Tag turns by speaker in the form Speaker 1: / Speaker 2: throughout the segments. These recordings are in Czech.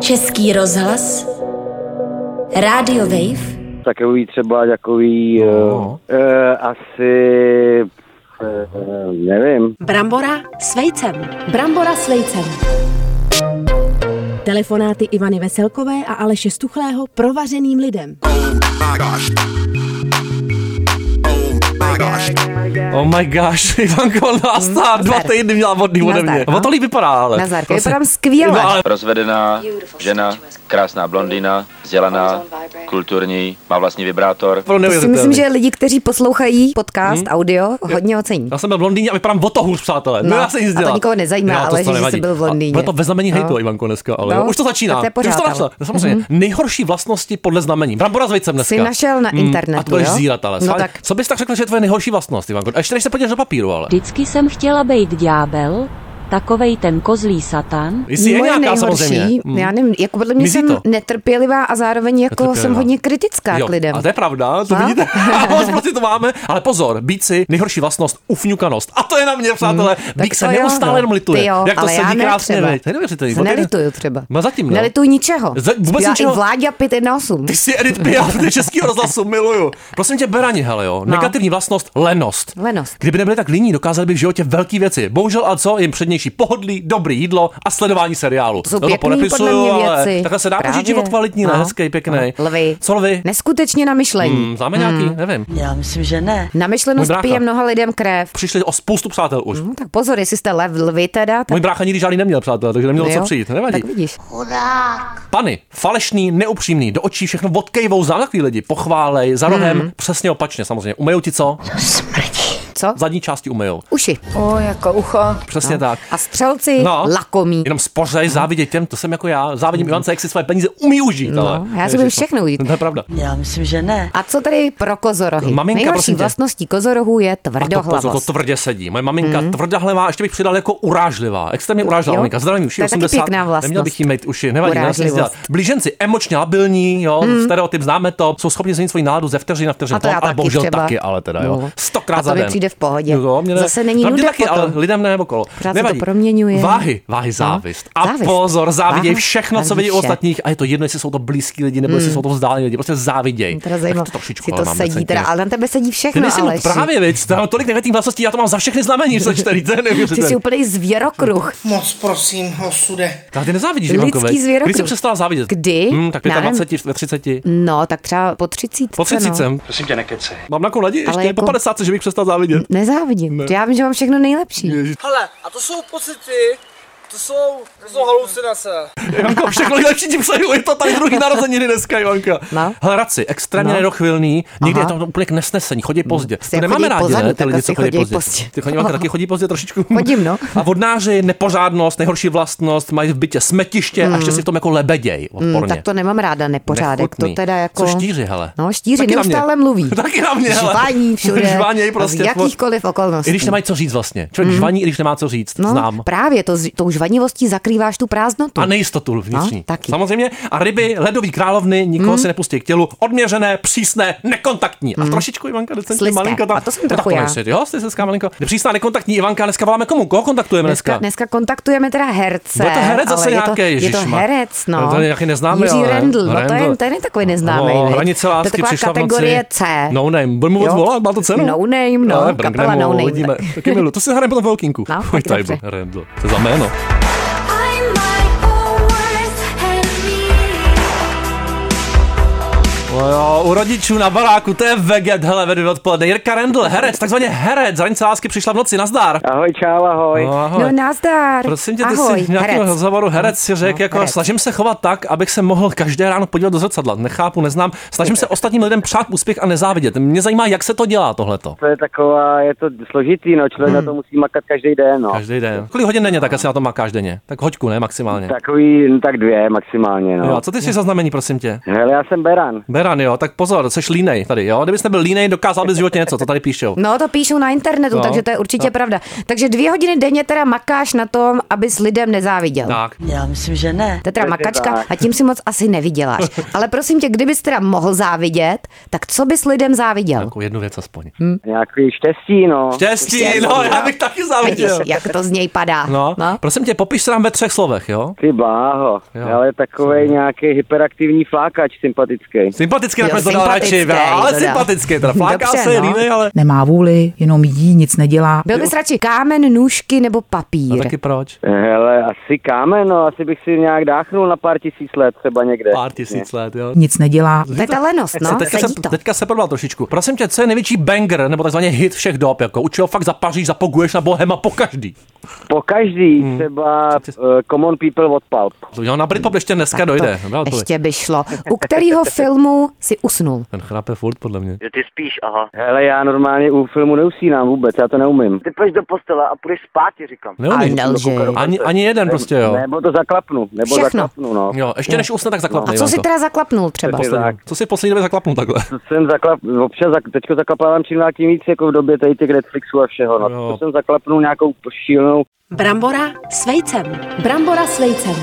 Speaker 1: Český rozhlas, Radio Wave,
Speaker 2: Takový třeba takový
Speaker 3: No.
Speaker 2: no. uh, asi uh, nevím.
Speaker 4: Brambora s vejcem. Brambora s vejcem. Telefonáty Ivany Veselkové a Aleše Stuchlého provařeným lidem.
Speaker 3: Oh my gosh, Ivanko
Speaker 5: Mm,
Speaker 3: Lástar, dva
Speaker 5: Nazdar.
Speaker 3: týdny měla vodný ode
Speaker 5: Nazdar,
Speaker 3: mě.
Speaker 5: no.
Speaker 3: O tolik vypadá, ale.
Speaker 5: Nazar,
Speaker 3: Prosím.
Speaker 5: vypadám skvěle.
Speaker 3: No, ale
Speaker 6: Rozvedená, žena, krásná blondýna, vzdělaná, kulturní, má vlastní vibrátor.
Speaker 3: pro
Speaker 5: To si myslím, že lidi, kteří poslouchají
Speaker 3: Hmm?
Speaker 5: podcast audio, hodně ocení.
Speaker 3: Já jsem byl v Londýně a vypadám o to hůř, přátelé. No,
Speaker 5: No,
Speaker 3: já se nic
Speaker 5: a to
Speaker 3: dělat.
Speaker 5: nikoho nezajímá,
Speaker 3: Já, to
Speaker 5: ale
Speaker 3: snad
Speaker 5: že jsi
Speaker 3: nevadí.
Speaker 5: byl v
Speaker 3: A
Speaker 5: Londýně.
Speaker 3: Bude to ve znamení
Speaker 5: No.
Speaker 3: hejtu, Ivanko, dneska, ale
Speaker 5: No,
Speaker 3: jo. už to začíná.
Speaker 5: tak to je
Speaker 3: Ty už to
Speaker 5: pořád,
Speaker 3: našla.
Speaker 5: ale. Mhm.
Speaker 3: No, Samozřejmě, nejhorší vlastnosti podle znamení. Brambora s vejcem dneska.
Speaker 5: Jsi našel na
Speaker 3: Mm,
Speaker 5: internetu,
Speaker 3: A to budeš
Speaker 5: jo?
Speaker 3: zírat, ale.
Speaker 5: No
Speaker 3: No,
Speaker 5: tak.
Speaker 3: Co bys tak řekl, že je tvoje nejhorší vlastnost, Ivanko? A ještě než se podíváš do papíru, ale.
Speaker 7: Vždycky jsem chtěla být ďábel, takovej ten kozlý satan.
Speaker 3: Jestli je
Speaker 5: Moje
Speaker 3: nějaká
Speaker 5: nejhorší,
Speaker 3: samozřejmě. Mm.
Speaker 5: já nevím, jako podle mě
Speaker 3: Mizí
Speaker 5: jsem
Speaker 3: to.
Speaker 5: netrpělivá a zároveň jako
Speaker 3: Netrpělivá.
Speaker 5: jsem hodně kritická
Speaker 3: Jo,
Speaker 5: k lidem.
Speaker 3: A to je pravda, to
Speaker 5: No.
Speaker 3: vidíte. A moc prostě to máme. Ale pozor, být si nejhorší vlastnost, ufňukanost. A to je na mě, přátelé. Hmm, Bík
Speaker 5: to
Speaker 3: se
Speaker 5: jo,
Speaker 3: neustále
Speaker 5: no.
Speaker 3: jenom lituje.
Speaker 5: Ty jo,
Speaker 3: jak to
Speaker 5: ale já
Speaker 3: sedí
Speaker 5: ne
Speaker 3: krásně.
Speaker 5: třeba.
Speaker 3: veď. To je neuvěřitelný.
Speaker 5: Nelituju třeba.
Speaker 3: No zatím ne.
Speaker 5: Nelituju ničeho.
Speaker 3: Za- vůbec
Speaker 5: já
Speaker 3: ničeho?
Speaker 5: i vládě 518.
Speaker 3: Ty si Edith Piaf, ty českýho rozhlasu miluju. Prosím tě, Berani, hele jo. Negativní vlastnost, lenost.
Speaker 5: No. Lenost.
Speaker 3: Kdyby nebyli tak líní, dokázali by v životě velký věci. Bohužel a co, jim přednější pohodlí, dobrý jídlo a sledování seriálu.
Speaker 5: jsou
Speaker 3: No to
Speaker 5: pěkný podle
Speaker 3: podepisuju,
Speaker 5: mě
Speaker 3: ale
Speaker 5: věci.
Speaker 3: Takhle se dá
Speaker 5: Právě.
Speaker 3: požít život kvalitní, ne?
Speaker 5: No.
Speaker 3: Hezký, pěkný.
Speaker 5: No, lvi.
Speaker 3: Co lvy?
Speaker 5: Neskutečně namyšlení.
Speaker 3: Hmm, Známe nějaký? Nevím.
Speaker 8: Já myslím, že ne.
Speaker 3: Můj
Speaker 5: Namyšlenost
Speaker 3: brácha.
Speaker 5: pije mnoha lidem krev.
Speaker 3: Přišli o spoustu přátel už.
Speaker 5: No, tak pozor, jestli jste lev, lvy teda, tak
Speaker 3: Můj brácha nikdy žádný neměl, přátelé, takže neměl co
Speaker 5: No jo.
Speaker 3: přijít, nevadí.
Speaker 5: Tak vidíš.
Speaker 3: Pany, falešný, neupřímný, do očí všechno odkejvou, znám takový lidi, pochválej,
Speaker 5: Mhm.
Speaker 3: za rohem, přesně opačně samozřejmě. Umejou ti co?
Speaker 5: Co?
Speaker 3: Zadní části umejou,
Speaker 5: Uši.
Speaker 9: O, jako ucho.
Speaker 3: přesně tak.
Speaker 5: No. A střelci
Speaker 3: No.
Speaker 5: lakomí. Mhm.
Speaker 3: Jenom spořej, závidět těm, to jsem jako já, závidím Ivance, jak si své peníze umí užít, ale.
Speaker 5: No, já si
Speaker 3: Ježiš,
Speaker 5: budu všechno užít.
Speaker 3: To je pravda.
Speaker 8: Já myslím, že ne.
Speaker 5: A co tady pro kozorohy?
Speaker 3: Maminka,
Speaker 5: Nejhorší
Speaker 3: prosím tě.
Speaker 5: vlastností kozorohů je
Speaker 3: A to, pozor, to jako
Speaker 5: tvrdohlavost.
Speaker 3: tvrdě sedí. Moje maminka mm. tvrdohlavá, ještě bych přidal jako urážlivá. Extrémně urážlivá
Speaker 5: Hmm. Jo.
Speaker 3: maminka. Zdravím, uši
Speaker 5: To je taky
Speaker 3: 80.
Speaker 5: pěkná vlastnost.
Speaker 3: Neměl bych jí mít uši, nevadí, nás nic dělat.
Speaker 5: Urážlivost. Hmm.
Speaker 3: Blíženci emočně labilní, jo, stereotyp známe to, jsou schopni změnit svoji náladu ze vteřiny na vteřinu.
Speaker 5: A to já
Speaker 3: ale
Speaker 5: taky
Speaker 3: bohužel
Speaker 5: třeba.
Speaker 3: taky, ale teda, jo.
Speaker 5: No.
Speaker 3: Stokrát
Speaker 5: A to
Speaker 3: za
Speaker 5: mi
Speaker 3: den.
Speaker 5: přijde v pohodě.
Speaker 3: Jo, mě ne-
Speaker 5: Zase není
Speaker 3: Na mě
Speaker 5: nuda
Speaker 3: taky,
Speaker 5: potom.
Speaker 3: ale lidem ne okolo.
Speaker 5: Pořád se
Speaker 3: Nevadí.
Speaker 5: to proměňuje. No,
Speaker 3: Váhy, váhy závist. A
Speaker 5: Závist.
Speaker 3: pozor, záviděj
Speaker 5: Váha,
Speaker 3: všechno, co
Speaker 5: závidí
Speaker 3: vidí u
Speaker 5: vše.
Speaker 3: ostatních, a je to jedno, jestli jsou to blízký lidi nebo jestli jsou to vzdálení lidi, prostě záviděj.
Speaker 5: Teda
Speaker 3: Tak
Speaker 5: zajímavé,
Speaker 3: to trošičku,
Speaker 5: si
Speaker 3: ale
Speaker 5: to
Speaker 3: máme
Speaker 5: sedí, teda,
Speaker 3: centimetr.
Speaker 5: ale na tebe sedí
Speaker 3: Ty
Speaker 5: všechno,
Speaker 3: nejsi no,
Speaker 5: ale
Speaker 3: právě, věc, tam mám tolik negativních vlastností, já to mám za všechny znamení, že čtyři, to je
Speaker 5: Ty jsi
Speaker 3: neuvěřitelný.
Speaker 5: úplný zvěrokruh.
Speaker 3: No
Speaker 9: Moc prosím, osude.
Speaker 3: Ale ty nezávidíš,
Speaker 5: Lidský
Speaker 3: Ivanko, veď?
Speaker 5: zvěrokruh.
Speaker 3: Kdy jsi přestala závidět?
Speaker 5: Kdy?
Speaker 3: Hm, tak
Speaker 5: Já
Speaker 3: 25, ve 30.
Speaker 5: No, tak třeba po třicítce.
Speaker 3: Po 30.
Speaker 5: No.
Speaker 3: Prosím tě, nekece. Mám na naději ještě,
Speaker 5: Ale
Speaker 3: jako... po
Speaker 5: jako-
Speaker 3: 50, že bych přestal závidět.
Speaker 5: Nezávidím. Já vím, že mám všechno nejlepší.
Speaker 10: Hele, a to jsou pocity, to jsou, to jsou halucinace.
Speaker 3: Ivanko, všechno nejlepší ti přeju, je to tady druhý narozeniny dneska, Ivanka.
Speaker 5: No.
Speaker 3: Hele, raci, extrémně
Speaker 5: No.
Speaker 3: nedochvilný, někdy
Speaker 5: Aha.
Speaker 3: je to úplně k nesnesení, chodí pozdě.
Speaker 5: Prostě
Speaker 3: To nemáme
Speaker 5: chodí
Speaker 3: rádi,
Speaker 5: pozadu,
Speaker 3: ne, ty
Speaker 5: tak
Speaker 3: lidi,
Speaker 5: asi
Speaker 3: co chodí
Speaker 5: chodí
Speaker 3: pozdě.
Speaker 5: pozdě.
Speaker 3: Ty chodí, Ivanka, taky chodí pozdě trošičku.
Speaker 5: Chodím, no.
Speaker 3: A vodnáři, nepořádnost, nejhorší vlastnost, mají v bytě smetiště a ještě si v tom jako lebeděj,
Speaker 5: Mm,
Speaker 3: odporně.
Speaker 5: tak to nemám ráda, nepořádek.
Speaker 3: Nechutný.
Speaker 5: To teda jako...
Speaker 3: Co štíři, hele?
Speaker 5: No, štíři
Speaker 3: Taky na mě.
Speaker 5: neustále mluví.
Speaker 3: Taky na mě, hele.
Speaker 5: Žvaní všude.
Speaker 3: Žvaněj prostě.
Speaker 5: Z jakýchkoliv okolností.
Speaker 3: I když nemají co říct vlastně. Člověk mm. žvaní, i když nemá co říct.
Speaker 5: no,
Speaker 3: Znám.
Speaker 5: právě to, s- tou žvanivostí zakrýváš tu prázdnotu.
Speaker 3: A nejistotu vnitřní.
Speaker 5: No, taky. Mhm.
Speaker 3: Samozřejmě. A ryby, ledový královny, nikoho si nepustí k tělu. Odměřené, přísné, nekontaktní. A trošičku Ivanka decentně
Speaker 5: Slizké.
Speaker 3: malinko tam.
Speaker 5: Mhm. A to jsem
Speaker 3: No,
Speaker 5: trochu
Speaker 3: tak
Speaker 5: já.
Speaker 3: konečně, Jo, sliská malinko. Přísná, nekontaktní Ivanka. Dneska voláme komu? Koho kontaktujeme dneska?
Speaker 5: Dneska, dneska kontaktujeme teda herce.
Speaker 3: Bude to herec
Speaker 5: ale
Speaker 3: zase
Speaker 5: je to-
Speaker 3: nějaký,
Speaker 5: Je to
Speaker 3: ježišmar.
Speaker 5: herec,
Speaker 3: No,
Speaker 5: no.
Speaker 3: to je nějaký neznámý,
Speaker 5: Jiří
Speaker 3: ale-
Speaker 5: Rendl, no to
Speaker 3: Rendl.
Speaker 5: je, ten je takový neznámý.
Speaker 3: No,
Speaker 5: viď?
Speaker 3: hranice
Speaker 5: to je
Speaker 3: lásky
Speaker 5: taková
Speaker 3: přišla v noci.
Speaker 5: kategorie C.
Speaker 3: No name. Budeme mu moc
Speaker 5: Jo.
Speaker 3: volat, má to cenu.
Speaker 5: No name, no,
Speaker 3: Ale
Speaker 5: kapela
Speaker 3: brnkneme
Speaker 5: No
Speaker 3: ho,
Speaker 5: Name,
Speaker 3: uvidíme.
Speaker 5: tak.
Speaker 3: Taky milu, to si hrajeme potom velkinku.
Speaker 5: No,
Speaker 3: Oj,
Speaker 5: tak
Speaker 3: tady
Speaker 5: dobře.
Speaker 3: byl Rendl. To je za jméno.
Speaker 1: I'm my own worst enemy.
Speaker 3: No Jo, u rodičů na baráku, to je veget, hele, ve dvě odpoledne. Jirka Rendl, herec, takzvaně herec, zranice lásky přišla v noci, nazdar.
Speaker 2: Ahoj, čau, ahoj.
Speaker 3: No, ahoj.
Speaker 5: No nazdar.
Speaker 3: Prosím tě, ty
Speaker 5: Ahoj,
Speaker 3: jsi v nějakém
Speaker 5: herec.
Speaker 3: rozhovoru herec si řekl,
Speaker 5: No,
Speaker 3: jako
Speaker 5: herec.
Speaker 3: snažím se chovat tak, abych se mohl každé ráno podívat do zrcadla. Nechápu, neznám. Snažím se ostatním lidem přát úspěch a nezávidět. Mě zajímá, jak se to dělá tohleto.
Speaker 2: To je taková, je to složitý, no, člověk na to musí makat každý den, no.
Speaker 3: Každý den. Kolik hodin denně, tak asi na to makáš denně. Tak hoďku, ne, maximálně.
Speaker 2: Takový, no, tak dvě maximálně,
Speaker 3: Jo,
Speaker 2: no.
Speaker 3: a co ty jsi za znamení, prosím tě?
Speaker 2: Hele, já jsem Beran.
Speaker 3: Beran, Beran, jo, tak pozor, seš línej tady, jo. Kdybys nebyl línej, dokázal bys v životě něco, to tady píšou.
Speaker 5: No, to píšou na internetu,
Speaker 3: No.
Speaker 5: no, takže to je určitě no. pravda. Takže dvě hodiny denně teda makáš na tom, abys lidem nezáviděl. No.
Speaker 3: Tak.
Speaker 8: Já myslím, že ne.
Speaker 5: To je teda
Speaker 2: Přesně
Speaker 5: makačka
Speaker 2: tak.
Speaker 5: a tím si moc asi nevyděláš. Ale prosím tě, kdybys teda mohl závidět, tak co bys lidem záviděl?
Speaker 3: Takovou jednu věc aspoň.
Speaker 5: Mm.
Speaker 2: Nějaký štěstí, no.
Speaker 3: Štěstí, no, já bych taky
Speaker 5: Vidíš,
Speaker 3: záviděl.
Speaker 5: jak to z něj padá.
Speaker 3: No, prosím tě, popiš se nám ve třech slovech, jo?
Speaker 2: Ty bláho,
Speaker 3: Jo.
Speaker 2: ale takovej nějaký hyperaktivní flákač sympatický.
Speaker 3: Sympaticky
Speaker 5: Jo,
Speaker 3: nakonec to dal radši,
Speaker 5: sympatický,
Speaker 3: ale
Speaker 5: to dal.
Speaker 3: sympaticky, teda fláká
Speaker 5: Dobře,
Speaker 3: se, je
Speaker 5: no.
Speaker 3: línej, ale...
Speaker 11: Nemá vůli, jenom jí, nic nedělá.
Speaker 5: Byl bys radši kámen, nůžky nebo
Speaker 3: No
Speaker 5: papír?
Speaker 3: taky proč?
Speaker 2: Eh, Hele, asi kámen, no, asi bych si nějak dáchnul na pár tisíc let třeba někde.
Speaker 3: Pár tisíc let, jo.
Speaker 11: Nic nedělá.
Speaker 5: To je ta lenost,
Speaker 3: Se
Speaker 5: no,
Speaker 3: teďka, se,
Speaker 5: sedí to.
Speaker 3: teďka se prodal trošičku. Prosím tě, co je největší banger, nebo takzvaně hit všech dob, jako učil fakt zapaříš, zapoguješ na bohema po každý.
Speaker 2: Po každý
Speaker 3: Hmm.
Speaker 2: třeba uh, Common People od Pulp.
Speaker 3: Jo, na Britpop ještě dneska
Speaker 5: Tak to
Speaker 3: dojde. Dobrá odpověď.
Speaker 5: ještě by šlo. U kterého filmu si usnul?
Speaker 3: Ten chrápe furt, podle mě.
Speaker 10: Jo, ty spíš, aha.
Speaker 2: Hele, já normálně u filmu neusínám vůbec, já to neumím.
Speaker 10: Ty půjdeš do postele a půjdeš spát, ti říkám.
Speaker 5: Ale
Speaker 3: Neumí.
Speaker 5: nelžej.
Speaker 3: Ani, ani jeden prostě, jo.
Speaker 2: Nebo to zaklapnu, nebo
Speaker 5: Všechno.
Speaker 2: zaklapnu, no.
Speaker 3: Jo, ještě než usne, tak
Speaker 5: No, A
Speaker 3: zaklapne.
Speaker 5: co si
Speaker 3: Ivanko.
Speaker 5: teda zaklapnul třeba?
Speaker 2: Přesně tak.
Speaker 3: Co si v poslední době zaklapnu takhle?
Speaker 2: To jsem zaklap, občas, zak, teďko zaklapávám čím dál tím víc, jako v době tady těch Netflixů a všeho, no.
Speaker 3: Jo.
Speaker 2: To jsem zaklapnul nějakou šílenou
Speaker 4: Brambora s vejcem. Brambora s vejcem.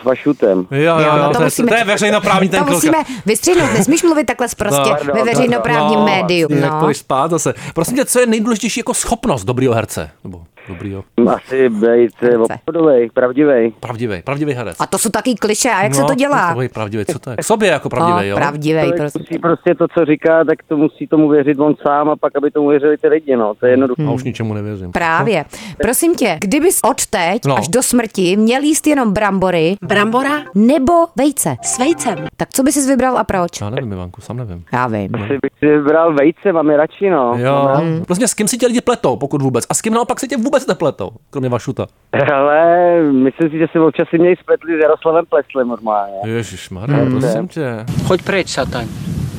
Speaker 2: s vašutem.
Speaker 3: Jo,
Speaker 5: No,
Speaker 3: jo, jo, to, je- to je veřejnoprávní ten
Speaker 5: To
Speaker 3: kluk.
Speaker 5: musíme vystřihnout, nesmíš mluvit takhle prostě
Speaker 2: pardon,
Speaker 5: ve
Speaker 2: pardon.
Speaker 5: veřejnoprávním
Speaker 3: No,
Speaker 5: médiu.
Speaker 3: jasně, Jak
Speaker 5: No.
Speaker 3: půjdeš spát zase. Prosím tě, co je nejdůležitější jako schopnost dobrýho herce? Nebo dobrýho,
Speaker 2: Asi být eh, opravdovej, pravdivej.
Speaker 3: pravdivý, pravdivý herec.
Speaker 5: A to jsou taky kliše, a jak
Speaker 3: no,
Speaker 5: se to dělá?
Speaker 3: Pravdivý, pravdivý, co to je? K sobě jako
Speaker 5: No,
Speaker 3: pravdivý, jo?
Speaker 5: pravdivej,
Speaker 2: Člověk
Speaker 5: prosím.
Speaker 2: musí prostě to, co říká, tak to musí tomu věřit on sám a pak, aby tomu věřili ty lidi, no. To je jednoduché.
Speaker 5: Hmm.
Speaker 3: A už ničemu nevěřím.
Speaker 5: Právě. Prosím tě, kdybys od teď
Speaker 3: No.
Speaker 5: až do smrti měl jíst jenom brambory
Speaker 4: Brambora
Speaker 5: nebo vejce,
Speaker 4: s vejcem.
Speaker 5: tak co bys si vybral a proč?
Speaker 3: Já nevím, Ivanku, sám nevím.
Speaker 5: Já vím.
Speaker 2: Asi bych si vybral vejce, mám je radši, no.
Speaker 3: Jo. Prostě s kým si tě lidi pletou, pokud vůbec. A s kým naopak si tě vůbec nepletou, kromě Vašuta.
Speaker 2: Ale myslím si, že se občas si mě spletli s Jaroslavem Pleslem normálně.
Speaker 3: Ježíš Maria, prosím tě.
Speaker 10: Choď preč, satan.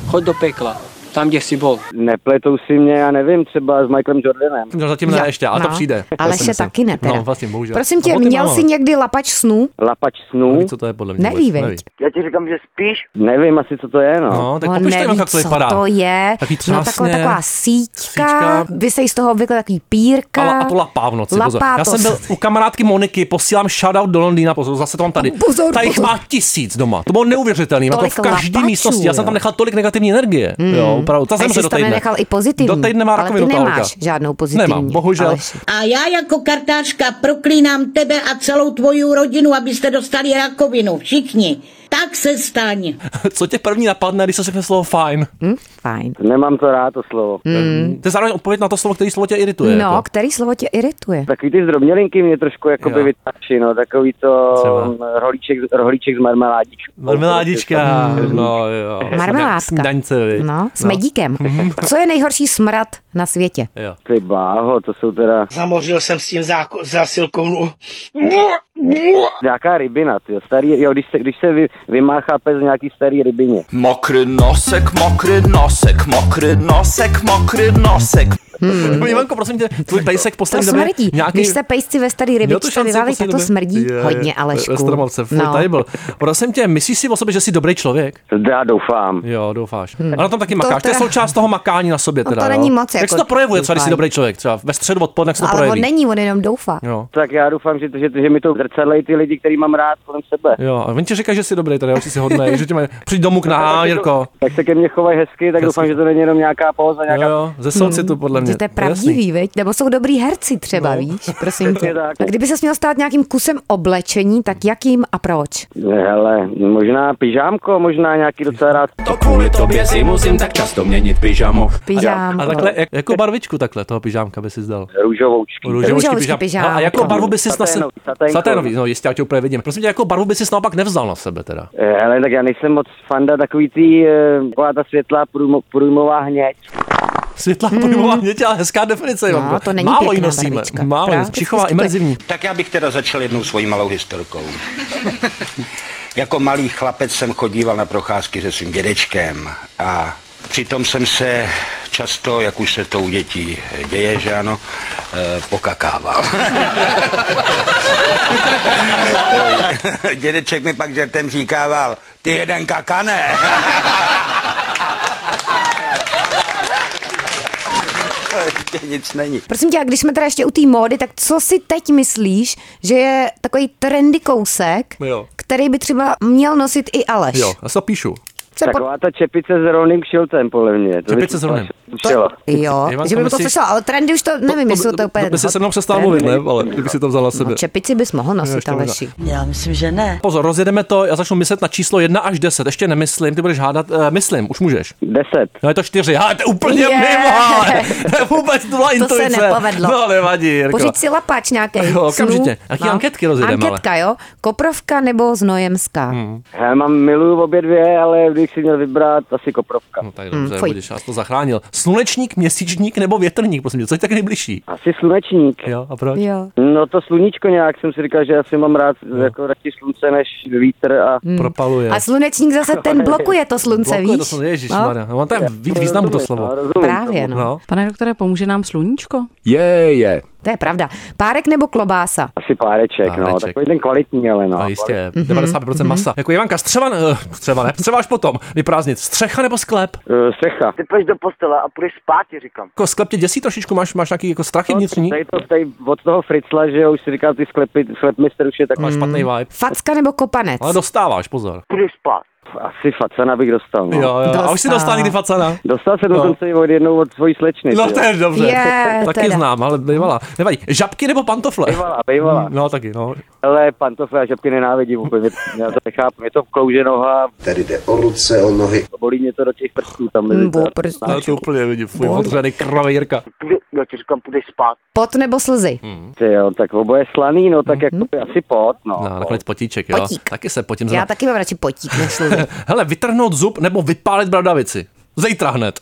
Speaker 10: Choď do pekla. Tam, kde jsi bol.
Speaker 2: Nepletou si mě, já nevím, třeba s Michaelem Jordanem.
Speaker 3: No zatím ne
Speaker 5: Jo,
Speaker 3: ještě, ale
Speaker 5: no.
Speaker 3: to přijde. Já
Speaker 5: Ale
Speaker 3: si
Speaker 5: se
Speaker 3: myslím.
Speaker 5: taky ne teda.
Speaker 3: No vlastně, bohužel.
Speaker 5: Prosím tě,
Speaker 3: A o ty
Speaker 5: měl
Speaker 3: máma.
Speaker 5: jsi někdy lapač snů?
Speaker 2: Lapač snů?
Speaker 3: Neví, co to je podle mě.
Speaker 5: Neví,
Speaker 3: vůbec,
Speaker 5: veď.
Speaker 10: Já ti říkám, že spíš.
Speaker 2: Nevím asi, co to je, no.
Speaker 3: No, tak
Speaker 5: On
Speaker 3: popiš to jenom,
Speaker 5: neví,
Speaker 3: jak to
Speaker 5: co
Speaker 3: vypadá.
Speaker 5: to je.
Speaker 3: Takový
Speaker 5: no,
Speaker 3: třásně,
Speaker 5: taková, taková síťka,
Speaker 3: síťka.
Speaker 5: vysejí z toho obvykle takový pírka.
Speaker 3: A, a to lapá v noci.
Speaker 5: Lapá
Speaker 3: pozor. Já
Speaker 5: to
Speaker 3: jsem byl u kamarádky Moniky, posílám shoutout do Londýna, pozor, zase to mám tady.
Speaker 5: Pozor,
Speaker 3: Ta jich
Speaker 5: pozor.
Speaker 3: má tisíc doma. To bylo neuvěřitelné. Jako
Speaker 5: Tolik
Speaker 3: v každé
Speaker 5: lapáčů,
Speaker 3: místnosti. Já jsem tam
Speaker 5: jo. Hmm.
Speaker 3: nechal tolik negativní energie. Jo, opravdu. Ta
Speaker 5: A
Speaker 3: jsem
Speaker 5: jsi
Speaker 3: se do
Speaker 5: jsi tam
Speaker 3: týdne.
Speaker 5: nenechal i pozitivní.
Speaker 3: Do týdne má
Speaker 5: ale ty
Speaker 3: rakovinu ta holka.
Speaker 5: nemáš žádnou pozitivní.
Speaker 3: Nemám, bohužel.
Speaker 5: Aleši.
Speaker 11: A já jako kartářka proklínám tebe a celou tvoji rodinu, abyste dostali rakovinu. Všichni. Tak se staň.
Speaker 3: Co tě první napadne, když se řekne slovo fajn?
Speaker 5: Hm? Fajn.
Speaker 2: Nemám to rád, to slovo.
Speaker 3: Hm. To je zároveň odpověď na to slovo, který slovo tě irituje.
Speaker 5: Hmm. No,
Speaker 3: jako.
Speaker 5: který slovo tě irituje?
Speaker 2: Takový ty zdrobnělinky mě trošku jakoby
Speaker 3: Jo.
Speaker 2: vytáčí, no. Takový to
Speaker 3: Třeba?
Speaker 2: mm, rohlíček, rohlíček s marmeládičkou.
Speaker 3: Marmeládička. No, jo.
Speaker 5: Marmeládka.
Speaker 3: Daňce, viď?
Speaker 5: No, s medíkem.
Speaker 3: Mhm.
Speaker 5: Co je nejhorší smrad na světě?
Speaker 3: Jo.
Speaker 2: Prostě Ty bláho, to jsou teda
Speaker 9: Zamořil jsem s tím záko- zásilkou. no.
Speaker 2: nějaká rybina, ty starý, jo, když se, když se vy, vymáchá pes v nějaký starý rybině.
Speaker 6: Mokrý nosek, mokrý nosek, mokrý nosek, mokrý nosek.
Speaker 3: Ivanko, prosím tě, tvůj pejsek v
Speaker 5: To
Speaker 3: poslední době
Speaker 5: Mm-hmm. smrdí.
Speaker 3: nějaký-
Speaker 5: Když se pejsci ve starý
Speaker 3: Měl tu
Speaker 5: rybičce
Speaker 3: šanci
Speaker 5: vyválejí,
Speaker 3: poslední
Speaker 5: tak to
Speaker 3: době?
Speaker 5: smrdí
Speaker 3: Je,
Speaker 5: hodně,
Speaker 3: je,
Speaker 5: Aleško.
Speaker 3: Ve Stromovce, full no. table. Prosím tě, myslíš si o sobě, že jsi dobrý človek?
Speaker 2: Já doufám.
Speaker 3: Jo, doufáš. Hmm. A na tom taky makáš. To,
Speaker 5: Hm. teda-
Speaker 3: je součást toho makání na sobě.
Speaker 5: No
Speaker 3: Teda,
Speaker 5: to
Speaker 3: jo.
Speaker 5: není moc,
Speaker 3: Jak
Speaker 5: jako
Speaker 3: se to projevuje, třeba, když jsi
Speaker 5: doufání.
Speaker 3: dobrý člověk? Třeba ve středu odpoledne, jak se to
Speaker 5: Ale
Speaker 3: projeví?
Speaker 5: on není, on jenom doufá.
Speaker 3: Jo.
Speaker 2: Tak já doufám, že, že, že mi to zrcadlejí ty lidi, který mám rád kolem sebe.
Speaker 3: Jo, a oni ti říkají, že jsi dobrý, teda, jo, že jsi hodný, že tě mají, přijď domů k nám, Jirko.
Speaker 2: No, Tak se ke mně chovají hezky, tak
Speaker 3: Hezky.
Speaker 2: doufám, že to není jenom nějaká póza,
Speaker 3: Jo,
Speaker 2: nějaká...
Speaker 3: jo, ze soucitu, podle mě.
Speaker 5: Hm. Že to je
Speaker 3: jasný.
Speaker 5: pravdivý, viď? Nebo jsou dobrý herci třeba,
Speaker 3: No.
Speaker 5: víš? Prosím tě.
Speaker 2: Přesně tak.
Speaker 5: A kdyby se měl stát nějakým kusem oblečení, tak jakým a proč?
Speaker 2: Hele, možná pyžámko, možná nějaký docela rád.
Speaker 6: To kvůli tobě si musím tak často měnit pyžamo.
Speaker 5: Pyžám.
Speaker 3: A takhle, jak, jakou barvičku takhle toho pyžámka by si zdal?
Speaker 2: Růžovoučky.
Speaker 5: Růžovoučky pyžám.
Speaker 3: No, a jakou
Speaker 5: Ano.
Speaker 3: barvu by si na se...
Speaker 2: Saténový, saténko.
Speaker 3: Saténový, no jistě, já tě úplně vidím. Prosím tě, jakou barvu by si naopak nevzal na sebe teda?
Speaker 2: Eh, Hele, tak já nejsem moc fanda takový ty, eh, taková ta světlá průjmo, průjmová hněď.
Speaker 3: Světlá mm. pojmová mětě, ale hezká definice.
Speaker 5: Hmm. No,
Speaker 3: Ivanko.
Speaker 5: to není
Speaker 3: Málo jí
Speaker 5: pěkná
Speaker 3: nosíme.
Speaker 5: barvička.
Speaker 3: Málo jí
Speaker 5: Právě,
Speaker 3: Přichová
Speaker 5: vždycky to je-
Speaker 3: imerzivní.
Speaker 11: Tak já bych teda začal jednou svojí malou historkou. jako malý chlapec jsem chodíval na procházky se svým dědečkem a přitom jsem se
Speaker 12: často, jak už se to u dětí děje, že ano, eh, pokakával. Dědeček mi pak žertem říkával, ty jeden kakane. Ještě nic není.
Speaker 5: Prosím tě, a když jsme teda ještě u té módy, tak co si teď myslíš, že je takový trendy kousek,
Speaker 3: Jo.
Speaker 5: který by třeba měl nosit i Aleš?
Speaker 3: Jo, já se to píšu.
Speaker 2: Taková ta čepice s rovným kšiltem, podle mě. To
Speaker 3: Čepice s rovným.
Speaker 2: To,
Speaker 5: Jo, že by to slyšela, ale trendy už to nevím, jestli to, to úplně...
Speaker 3: To by si se mnou přestal
Speaker 5: trendy.
Speaker 3: mluvit, ne? Ale kdyby si to vzala sebe.
Speaker 5: No, čepici bys mohl
Speaker 3: Jo,
Speaker 5: nosit,
Speaker 3: ještě možná.
Speaker 5: Aleši.
Speaker 8: Já myslím, že ne.
Speaker 3: Pozor, rozjedeme to, já začnu myslet na číslo 1 až 10. Ještě nemyslím, ty budeš hádat. Uh, myslím, už můžeš.
Speaker 2: 10.
Speaker 3: No je to 4, ale to je úplně
Speaker 5: Je.
Speaker 3: yeah. mimo, ale to je vůbec byla
Speaker 5: To se
Speaker 3: intuice.
Speaker 5: nepovedlo.
Speaker 3: No nevadí, Jirko.
Speaker 5: Pořiď si lapáč nějaký.
Speaker 3: Jo, okamžitě. Jaký anketky rozjedeme, ale?
Speaker 5: No. Anketka, jo? Koprovka nebo znojemská? Hmm.
Speaker 2: Já mám miluju obě dvě, ale když si měl vybrat, asi koprovka.
Speaker 3: No tak dobře,
Speaker 5: Mm,
Speaker 3: mm,
Speaker 5: fuj.
Speaker 3: budeš, já jsi to zachránil. Slunečník, měsíčník nebo větrník, prosím tě, co je tak nejbližší?
Speaker 2: Asi slunečník.
Speaker 3: Jo, a proč?
Speaker 5: Jo.
Speaker 2: No to sluníčko nějak jsem si říkal, že asi mám rád no. jako radši slunce než vítr a...
Speaker 3: Propaluje.
Speaker 5: A slunečník zase ten blokuje to slunce,
Speaker 3: Blokuje
Speaker 5: víš?
Speaker 3: to slunce, ježišmarja. No, má tam víc významu to slovo.
Speaker 5: Právě, no.
Speaker 3: no.
Speaker 5: Pane doktore, pomůže nám sluníčko?
Speaker 3: Je, je.
Speaker 5: To je pravda. Párek nebo klobása?
Speaker 2: Asi páreček, no,
Speaker 3: Páreček.
Speaker 2: takový ten kvalitní, ale no.
Speaker 3: A jistě, 90% masa. Jako Ivanka, střevan, uh, střeva ne, střeva až potom, vyprázdnit. Střecha nebo sklep?
Speaker 2: Uh, střecha.
Speaker 10: Ty půjdeš do postele a půjdeš spát, ti říkám.
Speaker 3: Jako sklep tě děsí trošičku, máš, máš nějaký jako strachy vnitřní?
Speaker 2: Tady, to, tady od toho Fritzla, že jo, už si říkal, ty sklepy, sklepmistr už je taková
Speaker 3: Máš špatný vibe.
Speaker 5: Facka nebo kopanec?
Speaker 3: Ale dostáváš, pozor.
Speaker 2: Půjdeš spát. Asi facana bych dostal. No.
Speaker 3: Jo, jo. A už si dostal někdy facana?
Speaker 2: Dostal jsem dokonce i od jednou od svojí slečny.
Speaker 3: No
Speaker 2: ty jo.
Speaker 3: to je dobře.
Speaker 2: Je,
Speaker 3: taky
Speaker 2: teda.
Speaker 3: znám, ale bývala. Nevadí. Žabky nebo pantofle?
Speaker 2: Bývala, bývala.
Speaker 3: No taky, no.
Speaker 2: Ale pantofle a žabky nenávidím úplně, já to nechápu, je to v klouže noha. Tady jde o ruce, o nohy. Bolí mě to do těch prstů tam.
Speaker 3: Hmm,
Speaker 2: mezi
Speaker 5: Mm, bo
Speaker 2: to-
Speaker 5: prstů.
Speaker 3: Ale No, to úplně vidím, fuj,
Speaker 2: Bolí.
Speaker 3: odřený krve Jirka.
Speaker 2: Já ti říkám, půjdeš spát.
Speaker 5: Pot nebo slzy?
Speaker 3: Hmm.
Speaker 2: Ty jo, tak oboje slaný, no tak mm-hmm. jako asi pot, no.
Speaker 3: Mhm. No, nakonec potíček, jo.
Speaker 5: Potík.
Speaker 3: Taky se potím.
Speaker 5: Já
Speaker 3: zrovna.
Speaker 5: taky mám radši potík než slzy.
Speaker 3: Hele, vytrhnout zub nebo vypálit bradavici. Zítra hned.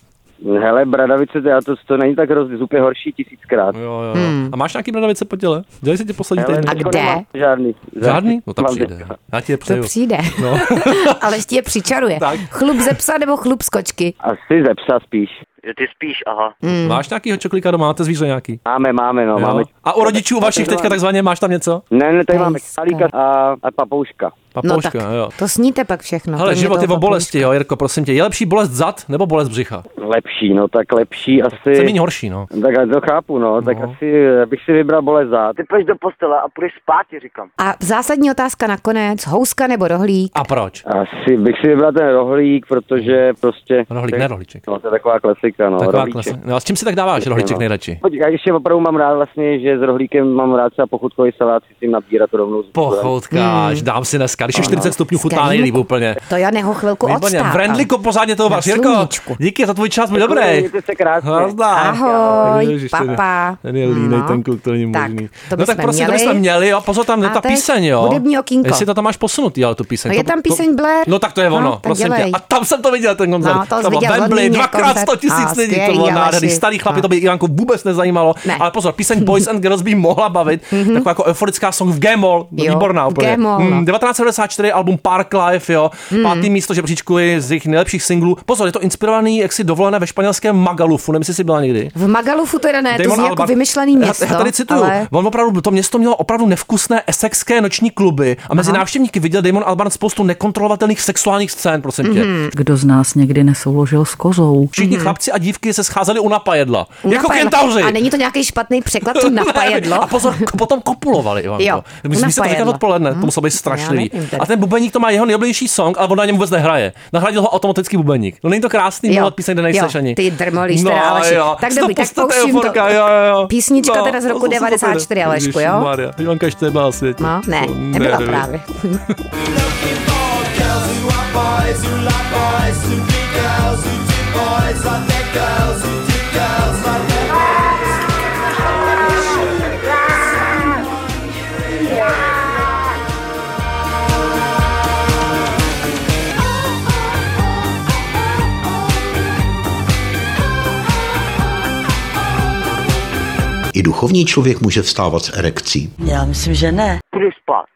Speaker 2: Hele, bradavice, to, já to, to není tak rozdíl, úplně horší tisíckrát. Jo,
Speaker 3: jo,
Speaker 5: Hmm.
Speaker 3: A máš nějaký bradavice po těle? Dělej si tě poslední
Speaker 2: Hele,
Speaker 3: týden.
Speaker 2: A teďko kde? nemám žádný.
Speaker 3: Žádný? No tak
Speaker 2: Mám
Speaker 3: přijde.
Speaker 2: teďka.
Speaker 3: Já ti je
Speaker 5: To
Speaker 3: přeju.
Speaker 5: přijde.
Speaker 3: No.
Speaker 5: Ale ještě je přičaruje. Chlup ze psa nebo chlup z kočky?
Speaker 2: Asi ze psa spíš. Jo, ty spíš, aha.
Speaker 5: Mm.
Speaker 3: Hmm. Máš nějakýho čoklíka doma? Máte zvíře nějaký?
Speaker 2: Máme, máme, no,
Speaker 3: Jo.
Speaker 2: máme.
Speaker 3: A u rodičů vašich teďka takzvaně máš tam něco?
Speaker 2: Ne, ne, tady máme králíka a, a papouška.
Speaker 5: No,
Speaker 3: Papouška, jo.
Speaker 5: To sníte pak všechno.
Speaker 3: Hele,
Speaker 5: kromě
Speaker 3: život je
Speaker 5: toho
Speaker 3: o bolesti, jo, Jirko, prosím tě. Je lepší bolest zad nebo bolest břicha?
Speaker 2: Lepší, no tak lepší asi.
Speaker 3: Jsem méně horší, no.
Speaker 2: Tak já to chápu, no, tak asi eh, bych si vybral bolest zad. Ty půjdeš do postele a půjdeš spát, ti říkám.
Speaker 5: A zásadní otázka nakonec, houska nebo rohlík?
Speaker 3: A proč?
Speaker 2: Asi bych si vybral ten rohlík, protože prostě...
Speaker 3: Rohlík, ne rohlíček.
Speaker 2: No, to je taková klasika, no,
Speaker 3: Taková
Speaker 2: rohlíček.
Speaker 3: klasa. No a s čím si tak dáváš rohlíček nejradši?
Speaker 2: Pojď, já ještě opravdu mám rád vlastně, že s rohlíkem mám rád třeba pochutkový salát, si s tím nabírat rovnou. s-
Speaker 5: Hmm.
Speaker 3: Pochoutkáš, dám si dneska, když je 40 stupňů chutná nejlíp úplně.
Speaker 5: To já neho chvilku
Speaker 3: Výborně,
Speaker 5: Jako odstávám.
Speaker 3: v rendliku pořádně toho
Speaker 5: Na
Speaker 3: vás, Jirko.
Speaker 5: sluníčku.
Speaker 3: Díky za tvůj čas, byl dobrý.
Speaker 2: Mějte se krásně.
Speaker 3: Nazdar.
Speaker 5: Ahoj,
Speaker 3: Ježiš, ten je-
Speaker 5: papa.
Speaker 3: Ten je línej,
Speaker 5: No.
Speaker 3: ten kluk, to není
Speaker 5: Tak,
Speaker 3: možný.
Speaker 5: to
Speaker 3: no tak
Speaker 5: bychom
Speaker 3: prosím, to
Speaker 5: měli.
Speaker 3: bychom měli, jo, pozor, tam je
Speaker 5: A
Speaker 3: ta
Speaker 5: teď
Speaker 3: píseň, jo.
Speaker 5: hudební okýnko.
Speaker 3: Jestli to tam máš posunutý, ale tu píseň.
Speaker 5: No je
Speaker 3: to-
Speaker 5: tam
Speaker 3: to-
Speaker 5: píseň Blair.
Speaker 3: No tak to je ono,
Speaker 5: No, tak
Speaker 3: prosím
Speaker 5: dělej.
Speaker 3: tě. A tam jsem to viděl, ten koncert.
Speaker 5: No, to jsi
Speaker 3: bylo
Speaker 5: viděl v
Speaker 3: Wembley,
Speaker 5: Londýně
Speaker 3: dvakrát
Speaker 5: koncert.
Speaker 3: 100 tisíc
Speaker 5: A
Speaker 3: lidí, to bylo
Speaker 5: skvělý,
Speaker 3: nádherný.
Speaker 5: Aleši.
Speaker 3: Starý chlapi,
Speaker 5: No.
Speaker 3: to by Ivanku vůbec nezajímalo.
Speaker 5: Ne. Mhm.
Speaker 3: Ale pozor, píseň Boys and Girls by mohla bavit. Taková jako euforická song v Gmol,
Speaker 5: Jo,
Speaker 3: výborná
Speaker 5: v
Speaker 3: úplně.
Speaker 5: Gmol,
Speaker 3: Mm,
Speaker 5: no. Mhm.
Speaker 3: 1994, album Park Life, jo. Pátý místo žebříčkuji z jejich nejlepších singlů. Pozor, je to inspirovaný, jak si dovolené ve španělském Magalufu, nevím, jestli jsi byla někdy.
Speaker 5: V Magalufu teda ne, to
Speaker 3: Damon
Speaker 5: zní jako
Speaker 3: Albarn.
Speaker 5: vymyšlený město.
Speaker 3: Já, já tady cituju.
Speaker 5: Ale...
Speaker 3: On opravdu, to město mělo opravdu nevkusné esexské noční kluby a mezi
Speaker 13: Aha.
Speaker 3: návštěvníky viděl Damon Albarn spoustu nekontrolovatelných sexuálních scén, prosím tě.
Speaker 13: Mhm. Kdo z nás někdy nesouložil s kozou?
Speaker 3: Všichni chlapci a dívky se scházeli u napajedla.
Speaker 5: mhm. U
Speaker 3: jako
Speaker 5: napajedla.
Speaker 3: kentauři.
Speaker 5: A není to nějaký špatný překlad, to napajedlo.
Speaker 3: A pozor, k- potom kopulovali, Ivanko.
Speaker 5: Jo,
Speaker 3: My jsme si to říkat
Speaker 5: napajedlo. Hm? No,
Speaker 3: odpoledne, to muselo být strašlivý.
Speaker 5: já nevím teda.
Speaker 3: A ten bubeník to má jeho nejoblíbenější song, ale on na něm vůbec nehraje. Nahradil ho automatický bubeník. No není to krásný,
Speaker 5: Jo,
Speaker 3: jo, píseň, kde nejseš
Speaker 5: jo,
Speaker 3: ani.
Speaker 5: ty drmolíš
Speaker 3: no,
Speaker 5: teda, Aleši.
Speaker 3: jo.
Speaker 5: Tak
Speaker 3: Si to
Speaker 5: dobrý, tak
Speaker 3: puste, je
Speaker 5: pouštím to.
Speaker 3: euforka, jo, jo, jo.
Speaker 5: Písnička teda z roku
Speaker 3: to se
Speaker 5: 94,
Speaker 3: zapomene.
Speaker 5: Alešku, jo?
Speaker 3: Ježišmarja, Ivanka ještě nebyla na světě.
Speaker 5: No, ne,
Speaker 3: To-
Speaker 5: nebyla
Speaker 3: nevím.
Speaker 5: právě.
Speaker 14: I duchovní člověk může vstávat s erekcí.
Speaker 8: Já myslím, že ne.
Speaker 10: Půjdeš spát.